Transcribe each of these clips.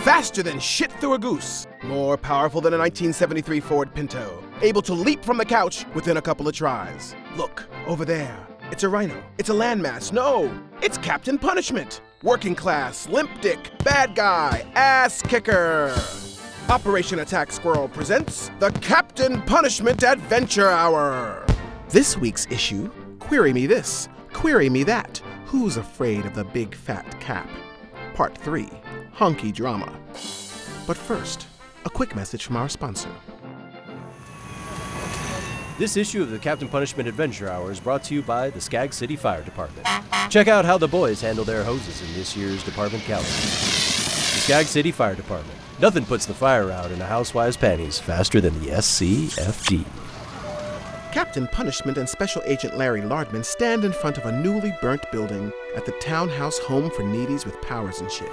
faster than shit through a goose, more powerful than a 1973 Ford Pinto, able to leap from the couch within a couple of tries. Look, over there. It's a rhino. It's a landmass. No, it's Captain Punishment. Working class, limp dick, bad guy, ass kicker. Operation Attack Squirrel presents the Captain Punishment Adventure Hour. This week's issue Query Me This, Query Me That. Who's Afraid of the Big Fat Cap? Part 3 Honky Drama. But first, a quick message from our sponsor. This issue of the Captain Punishment Adventure Hour is brought to you by the Skag City Fire Department. Check out how the boys handle their hoses in this year's department calendar. The Skag City Fire Department. Nothing puts the fire out in a housewife's panties faster than the SCFD. Captain Punishment and Special Agent Larry Lardman stand in front of a newly burnt building at the townhouse home for needies with powers and shit.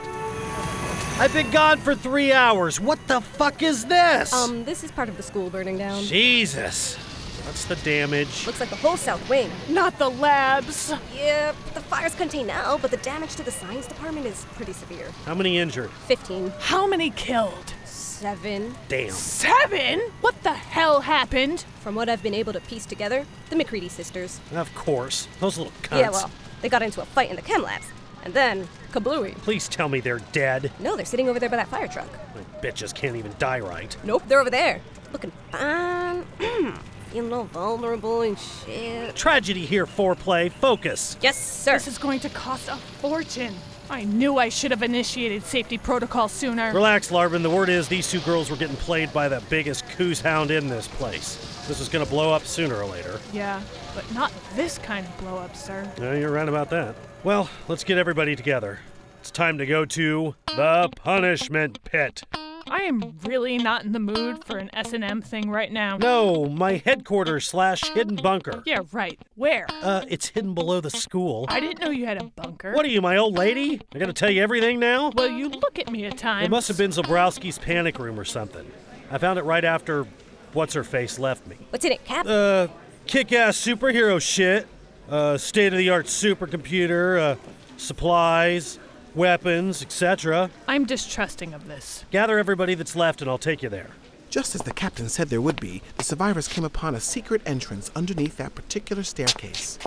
I've been gone for three hours. What the fuck is this? Um, this is part of the school burning down. Jesus. What's the damage? Looks like the whole South Wing. Not the labs. Yep, the fire's contained now, but the damage to the science department is pretty severe. How many injured? 15. How many killed? Seven. Damn. Seven? What the hell happened? From what I've been able to piece together, the McCready sisters. Of course. Those little cunts. Yeah, well, they got into a fight in the chem labs. And then, kablooey. Please tell me they're dead. No, they're sitting over there by that fire truck. My bitches can't even die right. Nope, they're over there. Looking fine. Feeling all vulnerable and shit. Tragedy here, foreplay. Focus. Yes, sir. This is going to cost a fortune. I knew I should have initiated safety protocol sooner. Relax, Larvin. The word is these two girls were getting played by the biggest coos hound in this place. This was gonna blow up sooner or later. yeah, but not this kind of blow up, sir. Yeah, you're right about that. Well, let's get everybody together. It's time to go to the punishment pit. I am really not in the mood for an S&M thing right now. No, my headquarters slash hidden bunker. Yeah, right. Where? Uh, it's hidden below the school. I didn't know you had a bunker. What are you, my old lady? I gotta tell you everything now? Well, you look at me at times. It must have been Zabrowski's panic room or something. I found it right after what's her face left me. What's in it, Cap? Uh, kick ass superhero shit, uh, state of the art supercomputer, uh, supplies, weapons, etc. I'm distrusting of this. Gather everybody that's left and I'll take you there. Just as the captain said there would be, the survivors came upon a secret entrance underneath that particular staircase.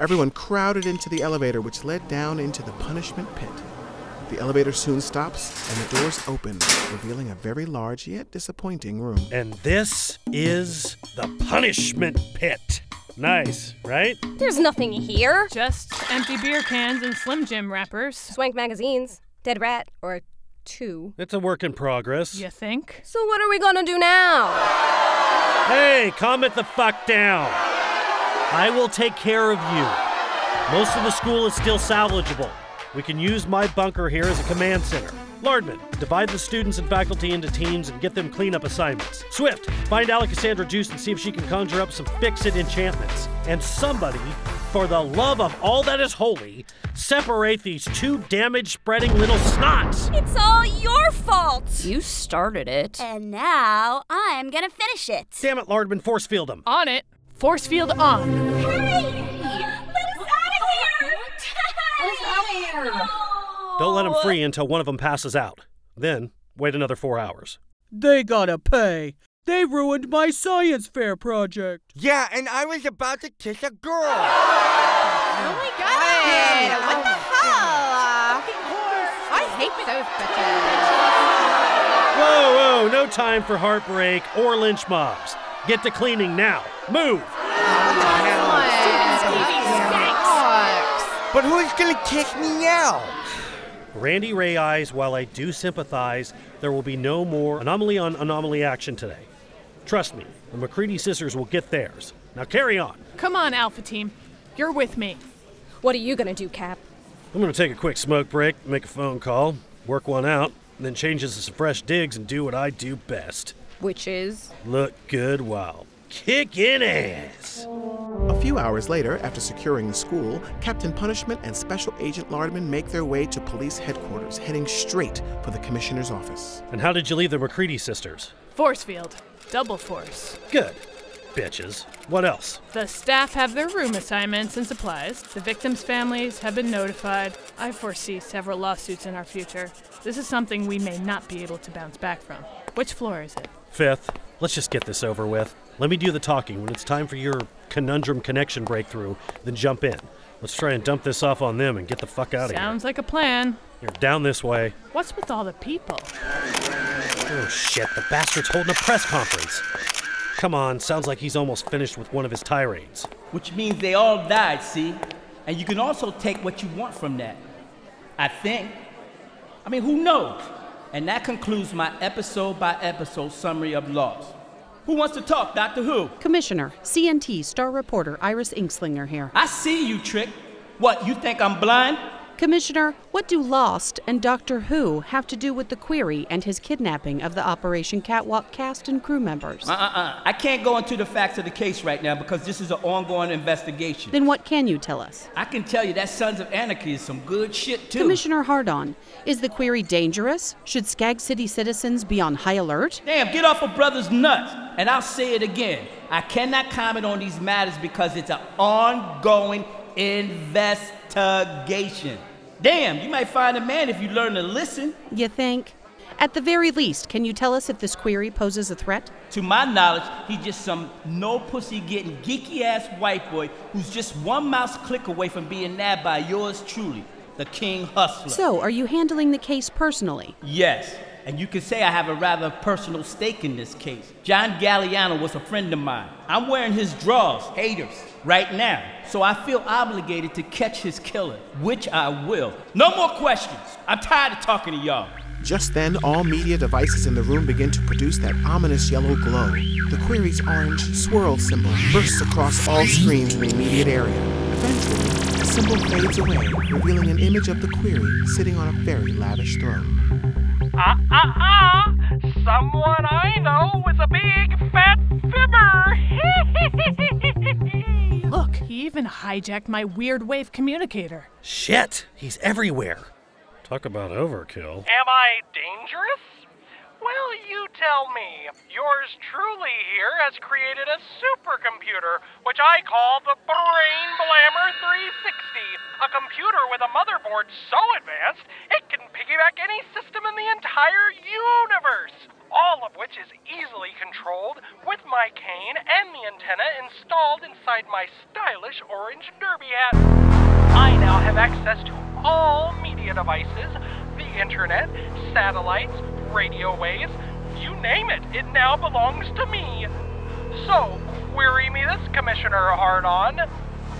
Everyone crowded into the elevator, which led down into the punishment pit. The elevator soon stops, and the doors open, revealing a very large yet disappointing room. And this is the punishment pit. Nice, right? There's nothing here. Just empty beer cans and Slim Jim wrappers. Swank magazines. Dead rat. Or two. It's a work in progress. You think? So what are we gonna do now? Hey, calm it the fuck down. I will take care of you. Most of the school is still salvageable. We can use my bunker here as a command center. Lardman, divide the students and faculty into teams and get them cleanup assignments. Swift, find Alexandra Juice and see if she can conjure up some fix it enchantments. And somebody, for the love of all that is holy, separate these two damage spreading little snots. It's all your fault! You started it. And now I'm gonna finish it. Damn it, Lardman, force field them. On it. Force field on. Hey! Let us out of here! Let us out of here! Don't Oh, let them uh, free until one of them passes out. Then, wait another four hours. They gotta pay. They ruined my science fair project. Yeah, and I was about to kiss a girl. Oh my god! what the hell? I hate those bitches. Whoa, whoa, no time for heartbreak or lynch mobs. Get to cleaning now. Move! But who's gonna kiss me now? Randy Ray Eyes, while I do sympathize, there will be no more anomaly on anomaly action today. Trust me, the McCready sisters will get theirs. Now carry on. Come on, Alpha Team. You're with me. What are you gonna do, Cap? I'm gonna take a quick smoke break, make a phone call, work one out, and then change this to some fresh digs and do what I do best. Which is? Look good while kicking ass. A few hours later, after securing the school, Captain Punishment and Special Agent Lardman make their way to police headquarters, heading straight for the commissioner's office. And how did you leave the McCready sisters? Force field. Double force. Good. Bitches. What else? The staff have their room assignments and supplies. The victims' families have been notified. I foresee several lawsuits in our future. This is something we may not be able to bounce back from. Which floor is it? Fifth, let's just get this over with. Let me do the talking. When it's time for your conundrum connection breakthrough, then jump in. Let's try and dump this off on them and get the fuck out of here. Sounds like a plan. You're down this way. What's with all the people? Oh shit, the bastard's holding a press conference. Come on, sounds like he's almost finished with one of his tirades. Which means they all died, see? And you can also take what you want from that. I think. I mean, who knows? And that concludes my episode by episode summary of Lost. Who wants to talk, Doctor Who? Commissioner, CNT star reporter Iris Inkslinger here. I see you, Trick. What, you think I'm blind? Commissioner, what do Lost and Doctor Who have to do with the query and his kidnapping of the Operation Catwalk cast and crew members? Uh uh uh. I can't go into the facts of the case right now because this is an ongoing investigation. Then what can you tell us? I can tell you that Sons of Anarchy is some good shit, too. Commissioner Hardon, is the query dangerous? Should Skag City citizens be on high alert? Damn, get off a brother's nuts. And I'll say it again. I cannot comment on these matters because it's an ongoing investigation. Damn, you might find a man if you learn to listen. You think? At the very least, can you tell us if this query poses a threat? To my knowledge, he's just some no pussy getting geeky ass white boy who's just one mouse click away from being nabbed by yours truly, the King Hustler. So, are you handling the case personally? Yes, and you could say I have a rather personal stake in this case. John Galliano was a friend of mine. I'm wearing his drawers, haters, right now. So I feel obligated to catch his killer, which I will. No more questions. I'm tired of talking to y'all. Just then, all media devices in the room begin to produce that ominous yellow glow. The query's orange swirl symbol bursts across all screens in the immediate area. Eventually, the symbol fades away, revealing an image of the query sitting on a very lavish throne. Ah, ah, ah! Someone I know is a big fat fibber! Look, he even hijacked my weird wave communicator. Shit, he's everywhere. Talk about overkill. Am I dangerous? Well, you tell me. Yours truly here has created a supercomputer, which I call the Brain Blammer 360. A computer with a motherboard so advanced, it can piggyback any system in the entire universe. All of which is easily controlled with my cane and the antenna installed inside my stylish orange derby hat. I now have access to all media devices, the internet, satellites, radio waves, you name it, it now belongs to me. So, query me this, Commissioner Hardon.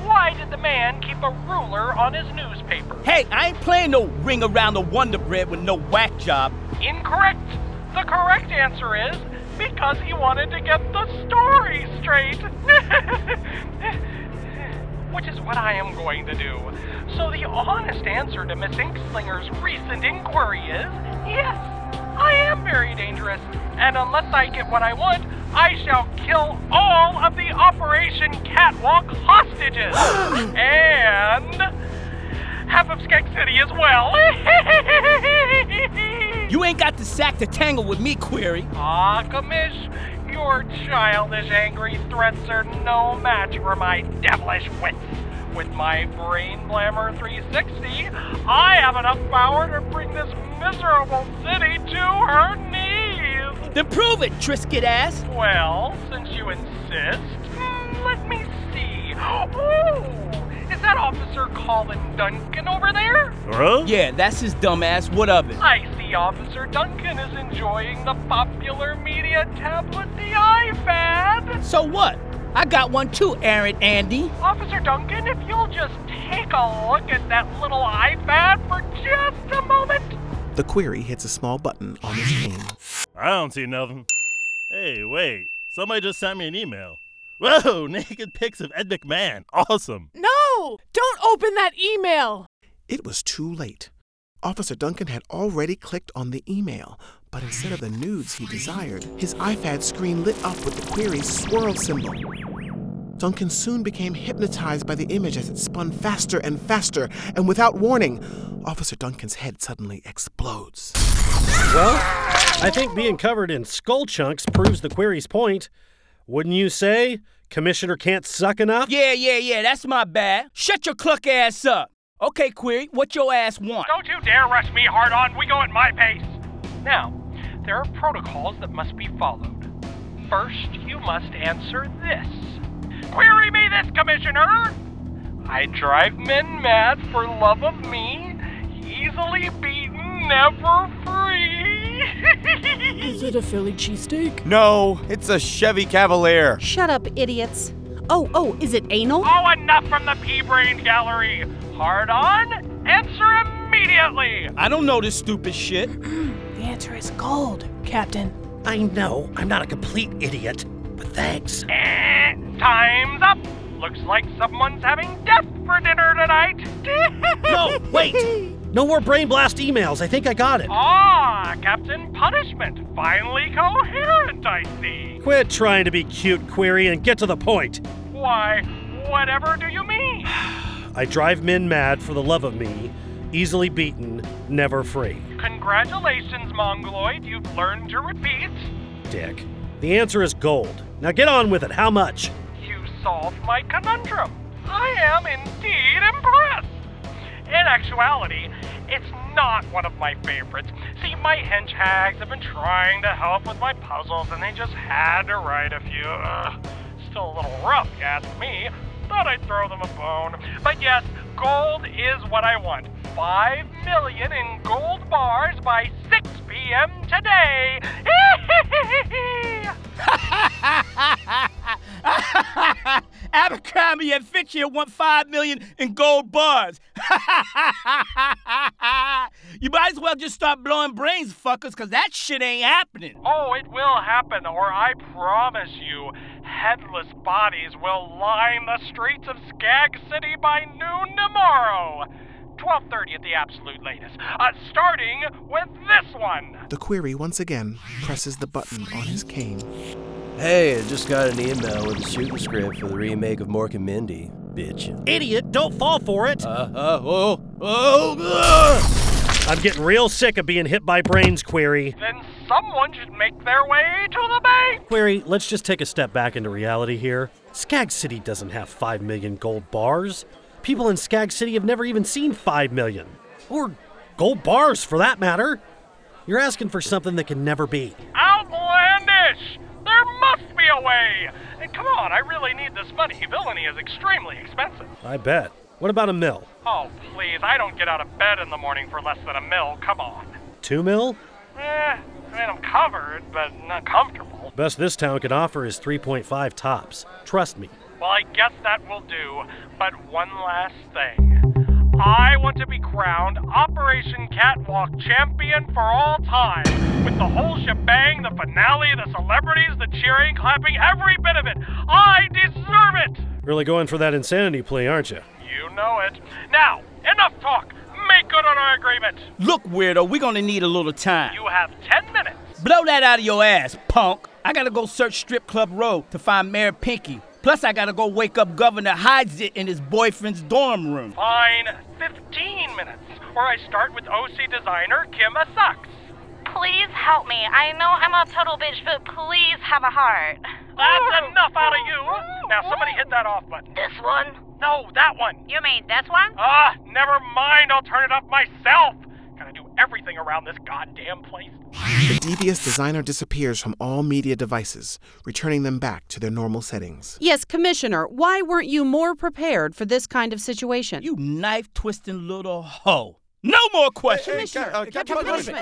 Why did the man keep a ruler on his newspaper? Hey, I ain't playing no ring around the Wonder Bread with no whack job. Incorrect. The correct answer is because he wanted to get the story straight. Which is what I am going to do. So the honest answer to Miss Inkslinger's recent inquiry is yes. I am very dangerous, and unless I get what I want, I shall kill all of the Operation Catwalk hostages! and. half of Skeg City as well! you ain't got the sack to tangle with me, Query! Ah, Commish, your childish, angry threats are no match for my devilish wits! With my Brain Blammer 360, I have enough power to bring this miserable city to her knees! Then prove it, Trisket ass! Well, since you insist, mm, let me see. Ooh! Is that Officer Colin Duncan over there? Huh? Yeah, that's his dumb ass. What of it? I see Officer Duncan is enjoying the popular media tablet, the iPad! So what? I got one too, Aaron Andy. Officer Duncan, if you'll just take a look at that little iPad for just a moment. The query hits a small button on his screen. I don't see nothing. Hey, wait. Somebody just sent me an email. Whoa, naked pics of Ed McMahon. Awesome. No! Don't open that e- email! It was too late. Officer Duncan had already clicked on the email, but instead of the nudes he desired, his iPad screen lit up with the query's swirl symbol. Duncan soon became hypnotized by the image as it spun faster and faster, and without warning, Officer Duncan's head suddenly explodes. Well, I think being covered in skull chunks proves the query's point. Wouldn't you say? Commissioner can't suck enough? Yeah, yeah, yeah, that's my bad. Shut your cluck ass up! Okay, Query, what your ass want? Don't you dare rush me hard on. We go at my pace. Now, there are protocols that must be followed. First, you must answer this. Query me this, Commissioner! I drive men mad for love of me, easily beaten, never free. Is it a Philly cheesesteak? No, it's a Chevy Cavalier. Shut up, idiots. Oh, oh, is it anal? Oh, enough from the pea brain gallery. Hard on, answer immediately. I don't know this stupid shit. The answer is gold, Captain. I know I'm not a complete idiot, but thanks. Eh, time's up. Looks like someone's having death for dinner tonight. no, wait. No more brain blast emails. I think I got it. Ah, Captain Punishment. Finally coherent, I see. Quit trying to be cute, Query, and get to the point. Why, whatever do you mean? I drive men mad for the love of me, easily beaten, never free. Congratulations, Mongoloid. You've learned to repeat. Dick. The answer is gold. Now get on with it. How much? You solved my conundrum. I am indeed impressed. In actuality, it's not one of my favorites. See, my hench hags have been trying to help with my puzzles, and they just had to write a few. Ugh, still a little rough, you ask me. Thought I'd throw them a bone. But yes, gold is what I want. Five million in gold bars by 6 p.m. today. Abercrombie and Fitch here want five million in gold bars. you might as well just start blowing brains, fuckers, cause that shit ain't happening. Oh, it will happen, or I promise you, headless bodies will line the streets of Skag City by noon tomorrow. 12:30 at the absolute latest. Uh, starting with this one. The query once again presses the button on his cane. Hey, I just got an email with a shooting script for the remake of Mork and Mindy, bitch. Idiot, don't fall for it. Uh, uh, oh, oh, ugh. I'm getting real sick of being hit by brains, Query. Then someone should make their way to the bank. Query, let's just take a step back into reality here. Skag City doesn't have 5 million gold bars. People in Skag City have never even seen 5 million. Or gold bars, for that matter. You're asking for something that can never be. Outlandish! There must be a way! And come on, I really need this money. Villainy is extremely expensive. I bet. What about a mill? Oh, please, I don't get out of bed in the morning for less than a mill. Come on. Two mill? Eh, I mean, I'm covered, but not comfortable. Best this town can offer is 3.5 tops. Trust me. Well, I guess that will do. But one last thing. I want to be crowned Operation Catwalk champion for all time. With the whole shebang, the finale, the celebrities, the cheering, clapping, every bit of it. I deserve it! Really going for that insanity plea, aren't you? You know it. Now, enough talk. Make good on our agreement. Look, weirdo, we're gonna need a little time. You have 10 minutes. Blow that out of your ass, punk. I gotta go search Strip Club Road to find Mayor Pinky. Plus, I gotta go wake up Governor Hydes in his boyfriend's dorm room. Fine, 15 minutes, or I start with OC designer Kim Sucks. Please help me. I know I'm a total bitch, but please have a heart. That's enough out of you. Now, somebody hit that off button. This one? No, that one. You mean this one? Ah, never mind. I'll turn it off myself. Gotta do everything around this goddamn place. The devious designer disappears from all media devices, returning them back to their normal settings. Yes, Commissioner, why weren't you more prepared for this kind of situation? You knife twisting little hoe. No more questions. Get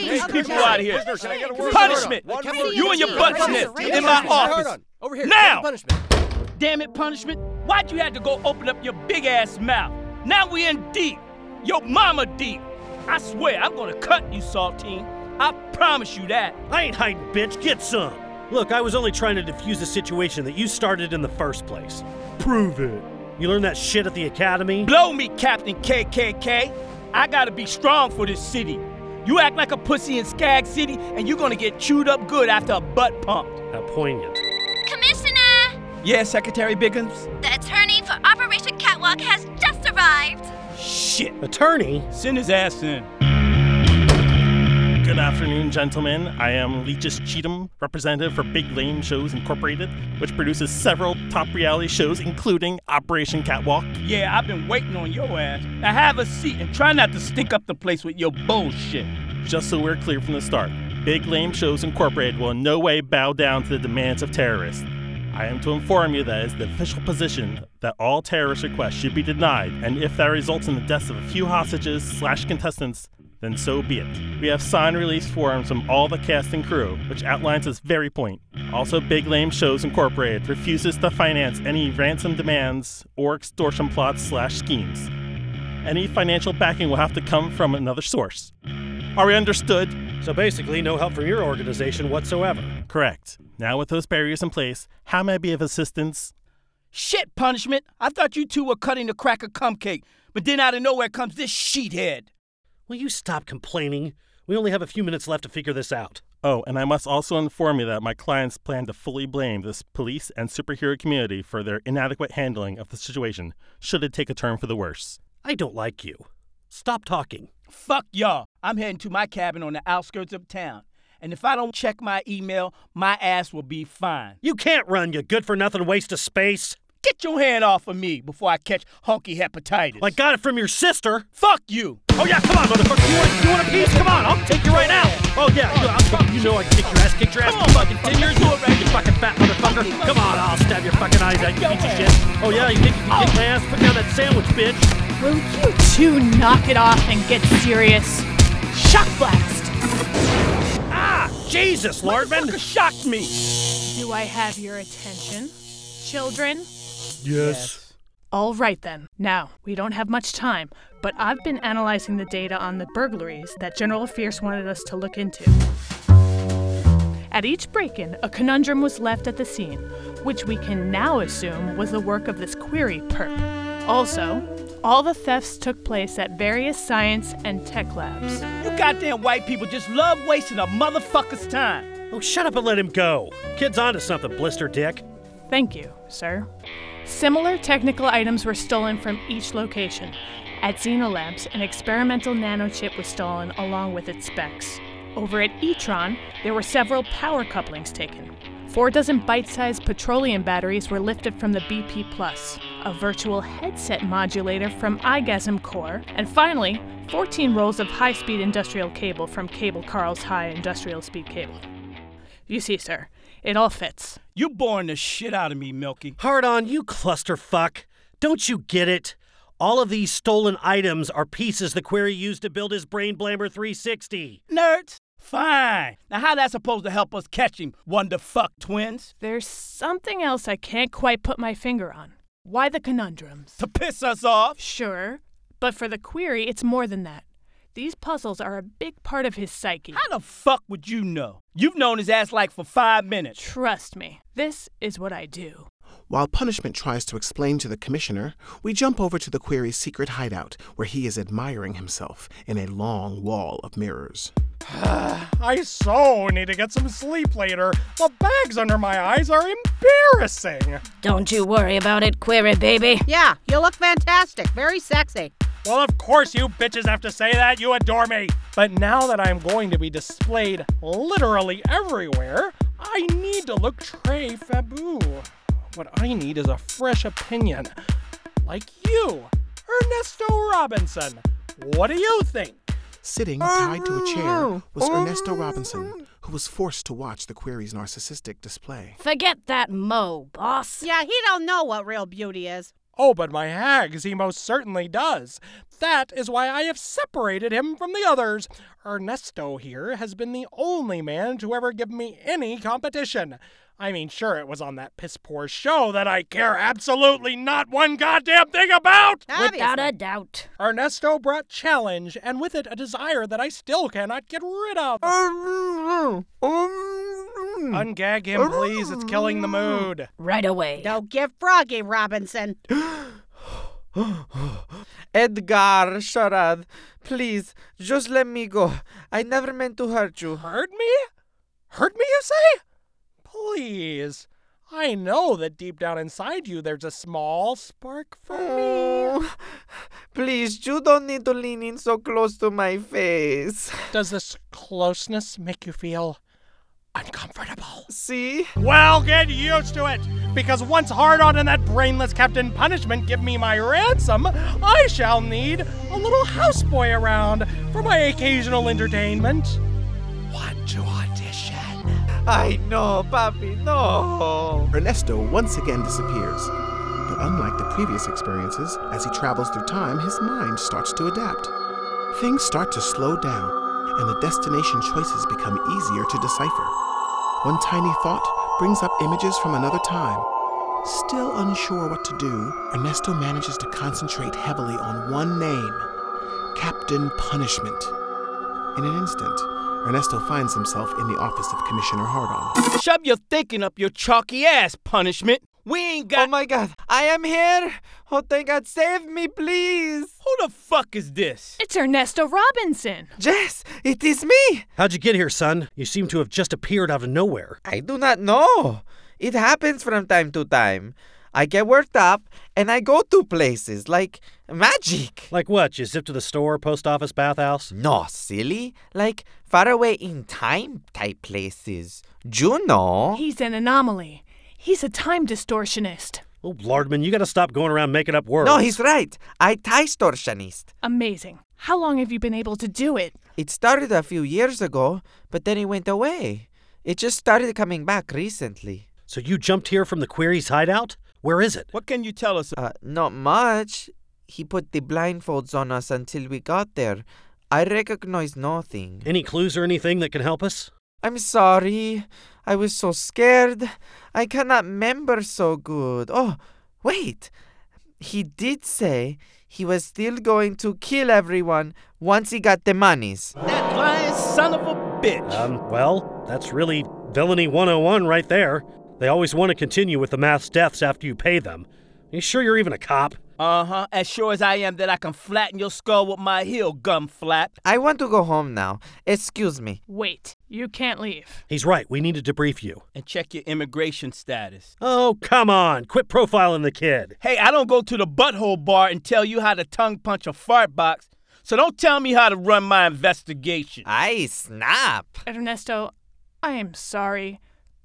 these people out of here. Punishment. You and your butt sniffed in my office. Over here. Now. Damn it, punishment. Why'd you have to go open up your big ass mouth? Now we in deep. Your mama deep. I swear, I'm gonna cut you, Saltine. I promise you that. I ain't hiding, bitch. Get some. Look, I was only trying to defuse a situation that you started in the first place. Prove it. You learned that shit at the academy? Blow me, Captain KKK. I gotta be strong for this city. You act like a pussy in Skag City, and you're gonna get chewed up good after a butt pumped. How poignant. Commissioner! Yeah, Secretary Biggins? The attorney for Operation Catwalk has just arrived. Shit. Attorney? Send his ass in. Good afternoon, gentlemen. I am Leeches Cheatham, representative for Big Lame Shows Incorporated, which produces several top reality shows, including Operation Catwalk. Yeah, I've been waiting on your ass. Now have a seat and try not to stink up the place with your bullshit. Just so we're clear from the start, Big Lame Shows Incorporated will in no way bow down to the demands of terrorists. I am to inform you that it is the official position that all terrorist requests should be denied, and if that results in the deaths of a few hostages slash contestants, then so be it. We have signed release forms from all the cast and crew, which outlines this very point. Also, Big Lame Shows Incorporated refuses to finance any ransom demands or extortion plots slash schemes. Any financial backing will have to come from another source. Are we understood? So basically, no help from your organization whatsoever. Correct. Now, with those barriers in place, how may I be of assistance? Shit, punishment! I thought you two were cutting the cracker cum cake, but then out of nowhere comes this sheethead. Will you stop complaining? We only have a few minutes left to figure this out. Oh, and I must also inform you that my clients plan to fully blame this police and superhero community for their inadequate handling of the situation, should it take a turn for the worse. I don't like you. Stop talking. Fuck y'all. I'm heading to my cabin on the outskirts of town. And if I don't check my email, my ass will be fine. You can't run, you good for nothing waste of space. Get your hand off of me before I catch honky hepatitis. I got it from your sister. Fuck you. Oh, yeah, come on, motherfucker. You want, you want a piece? Come on, I'll take you right now. Oh, yeah, you, I'll fuck- you know I can kick your ass, kick your ass. Come on, fucking 10 years old, right? You fucking fat motherfucker. Come on, I'll stab your fucking eyes out, you piece of shit. Oh, yeah, you think you can kick my ass? Put down that sandwich, bitch. Will you two knock it off and get serious? Shock blast! Ah, Jesus, Lardman. shocked me. Do I have your attention, children? Yes. All right then. Now, we don't have much time, but I've been analyzing the data on the burglaries that General Fierce wanted us to look into. At each break in, a conundrum was left at the scene, which we can now assume was the work of this query perp. Also, all the thefts took place at various science and tech labs. You goddamn white people just love wasting a motherfucker's time. Oh, shut up and let him go. Kid's onto something, blister dick. Thank you, sir. Similar technical items were stolen from each location. At Xenolabs, an experimental nanochip was stolen along with its specs. Over at Etron, there were several power couplings taken. Four dozen bite sized petroleum batteries were lifted from the BP Plus, a virtual headset modulator from iGasm Core, and finally, 14 rolls of high speed industrial cable from Cable Carl's High Industrial Speed Cable. You see, sir, it all fits. You boring the shit out of me, Milky. Hard on you, clusterfuck. Don't you get it? All of these stolen items are pieces the query used to build his Brain Blamer 360. Nerds? Fine. Now how that supposed to help us catch him, wonder fuck twins? There's something else I can't quite put my finger on. Why the conundrums? To piss us off? Sure, but for the query, it's more than that. These puzzles are a big part of his psyche. How the fuck would you know? You've known his ass like for five minutes. Trust me, this is what I do. While Punishment tries to explain to the Commissioner, we jump over to the query's secret hideout where he is admiring himself in a long wall of mirrors. I so need to get some sleep later. The bags under my eyes are embarrassing. Don't you worry about it, Query Baby. Yeah, you look fantastic. Very sexy. Well, of course, you bitches have to say that. You adore me. But now that I'm going to be displayed literally everywhere, I need to look Trey Fabu. What I need is a fresh opinion. Like you, Ernesto Robinson. What do you think? Sitting tied to a chair was Ernesto Robinson, who was forced to watch the query's narcissistic display. Forget that mo, boss. Yeah, he don't know what real beauty is. Oh, but my hags, he most certainly does. That is why I have separated him from the others. Ernesto here has been the only man to ever give me any competition. I mean, sure, it was on that piss poor show that I care absolutely not one goddamn thing about! Without a doubt. Ernesto brought challenge, and with it a desire that I still cannot get rid of. Ungag him, please. It's killing the mood. Right away. Don't get froggy, Robinson. Edgar, Sharad, please, just let me go. I never meant to hurt you. Hurt me? Hurt me, you say? Please. I know that deep down inside you there's a small spark for Oh. me. Please, you don't need to lean in so close to my face. Does this closeness make you feel uncomfortable? See? Well, get used to it! Because once Hardon and that brainless Captain Punishment give me my ransom, I shall need a little houseboy around for my occasional entertainment. Want to audition? I know, Papi, no. Ernesto once again disappears. But unlike the previous experiences, as he travels through time, his mind starts to adapt. Things start to slow down, and the destination choices become easier to decipher. One tiny thought brings up images from another time. Still unsure what to do, Ernesto manages to concentrate heavily on one name Captain Punishment. In an instant, Ernesto finds himself in the office of Commissioner Hardon. Shove your thinking up your chalky ass, punishment. We ain't got. Oh my god, I am here! Oh, thank god, save me, please! Who the fuck is this? It's Ernesto Robinson. Jess, it is me! How'd you get here, son? You seem to have just appeared out of nowhere. I do not know. It happens from time to time. I get worked up and I go to places like magic. Like what? You zip to the store, post office, bathhouse? No, silly. Like far away in time type places. You know. He's an anomaly. He's a time distortionist. Oh, Lardman, you gotta stop going around making up words. No, he's right. I distortionist. Amazing. How long have you been able to do it? It started a few years ago, but then it went away. It just started coming back recently. So you jumped here from the query's hideout? Where is it? What can you tell us? Uh, not much. He put the blindfolds on us until we got there. I recognize nothing. Any clues or anything that can help us? I'm sorry. I was so scared. I cannot remember so good. Oh, wait. He did say he was still going to kill everyone once he got the monies. That lying son of a bitch. Um, well, that's really villainy 101 right there. They always want to continue with the mass deaths after you pay them. you sure you're even a cop? Uh huh. As sure as I am that I can flatten your skull with my heel, gum flap. I want to go home now. Excuse me. Wait, you can't leave. He's right. We need to debrief you. And check your immigration status. Oh, come on. Quit profiling the kid. Hey, I don't go to the butthole bar and tell you how to tongue punch a fart box, so don't tell me how to run my investigation. I snap. Ernesto, I am sorry,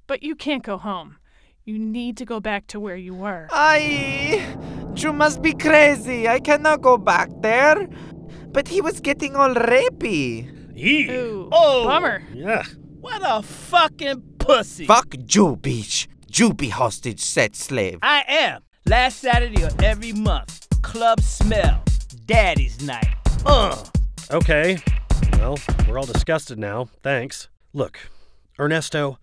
but you can't go home. You need to go back to where you were. I. You must be crazy. I cannot go back there. But he was getting all rapey. Yee. Ooh, Oh. bummer. Yeah. What a fucking pussy. Fuck you, bitch. You be hostage, set slave. I am. Last Saturday of every month. Club smell. Daddy's night. Uh. Okay. Well, we're all disgusted now. Thanks. Look, Ernesto,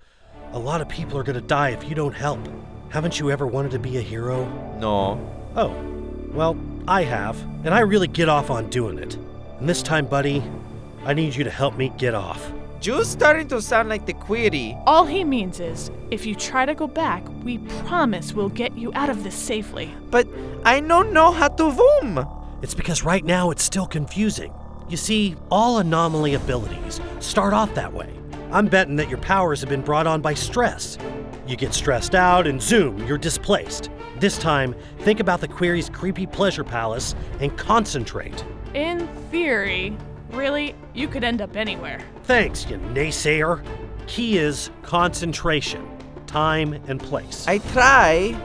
a lot of people are going to die if you don't help. Haven't you ever wanted to be a hero? No. Oh, well, I have, and I really get off on doing it. And this time, buddy, I need you to help me get off. You starting to sound like the query. All he means is if you try to go back, we promise we'll get you out of this safely. But I don't know how to voom. It's because right now it's still confusing. You see, all anomaly abilities start off that way. I'm betting that your powers have been brought on by stress. You get stressed out, and zoom, you're displaced. This time, think about the query's creepy pleasure palace and concentrate. In theory, really, you could end up anywhere. Thanks, you naysayer. Key is concentration, time and place. I try.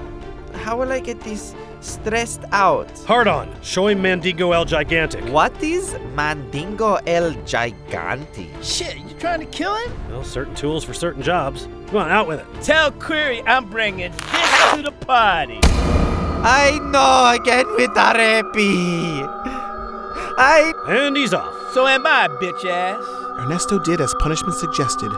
How will I get this stressed out? Hard on, show him Mandingo El Gigantic. What is Mandingo El Gigante? Shit, you trying to kill him? Well, certain tools for certain jobs. Come on, out with it. Tell Query I'm bringing this to the party. I know again with Arepi. I And he's off. So am I, bitch ass. Ernesto did as punishment suggested,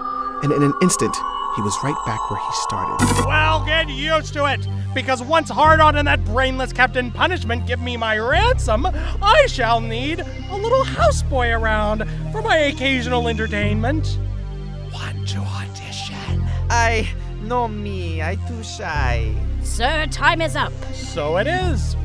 and in an instant, he was right back where he started. Well, get used to it, because once Hardon and that brainless Captain Punishment give me my ransom, I shall need a little houseboy around for my occasional entertainment. Want to audition? I no me. I too shy. Sir, time is up. So it is.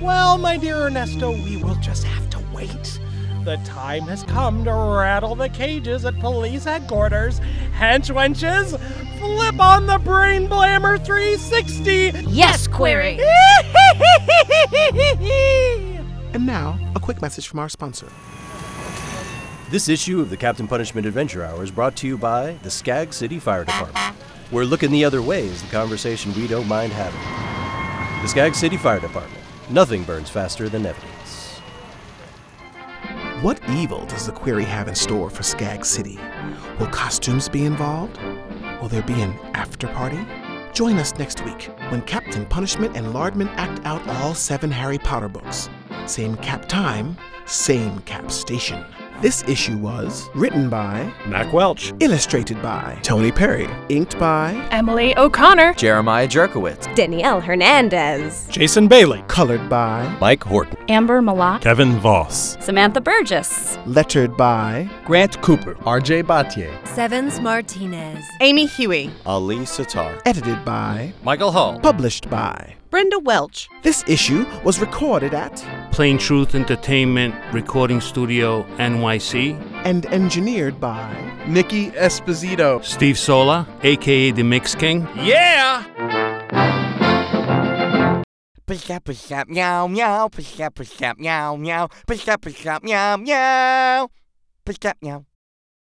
Well, my dear Ernesto, we will just have to wait. The time has come to rattle the cages at police headquarters. Hench wenches, flip on the Brain Blammer 360! Yes, Query. And now, a quick message from our sponsor. This issue of the Captain Punishment Adventure Hour is brought to you by the Skag City Fire Department. We're looking the other way is the conversation we don't mind having. The Skag City Fire Department. Nothing burns faster than evidence. What evil does the query have in store for Skag City? Will costumes be involved? Will there be an after party? Join us next week when Captain Punishment and Lardman act out all seven Harry Potter books. Same cap time, same cap station. This issue was written by Mac Welch, illustrated by Tony Perry, inked by Emily O'Connor. Jeremiah Jerkowitz, Danielle Hernandez. Jason Bailey, colored by Mike Horton, Amber Malak, Kevin Voss, Samantha Burgess. lettered by Grant Cooper, R.J. Battier, Sevens Martinez. Amy Huey, Ali Sitar, edited by Michael Hall, published by Brenda Welch, This issue was recorded at Plain Truth Entertainment Recording Studio NYC. and engineered by Nikki Esposito. Steve Sola, aka The Mix King. Yeah! Push-up, push-up, meow, meow. Push-up, push-up, meow, meow. Push-up, push-up, meow, meow. Push-up, meow.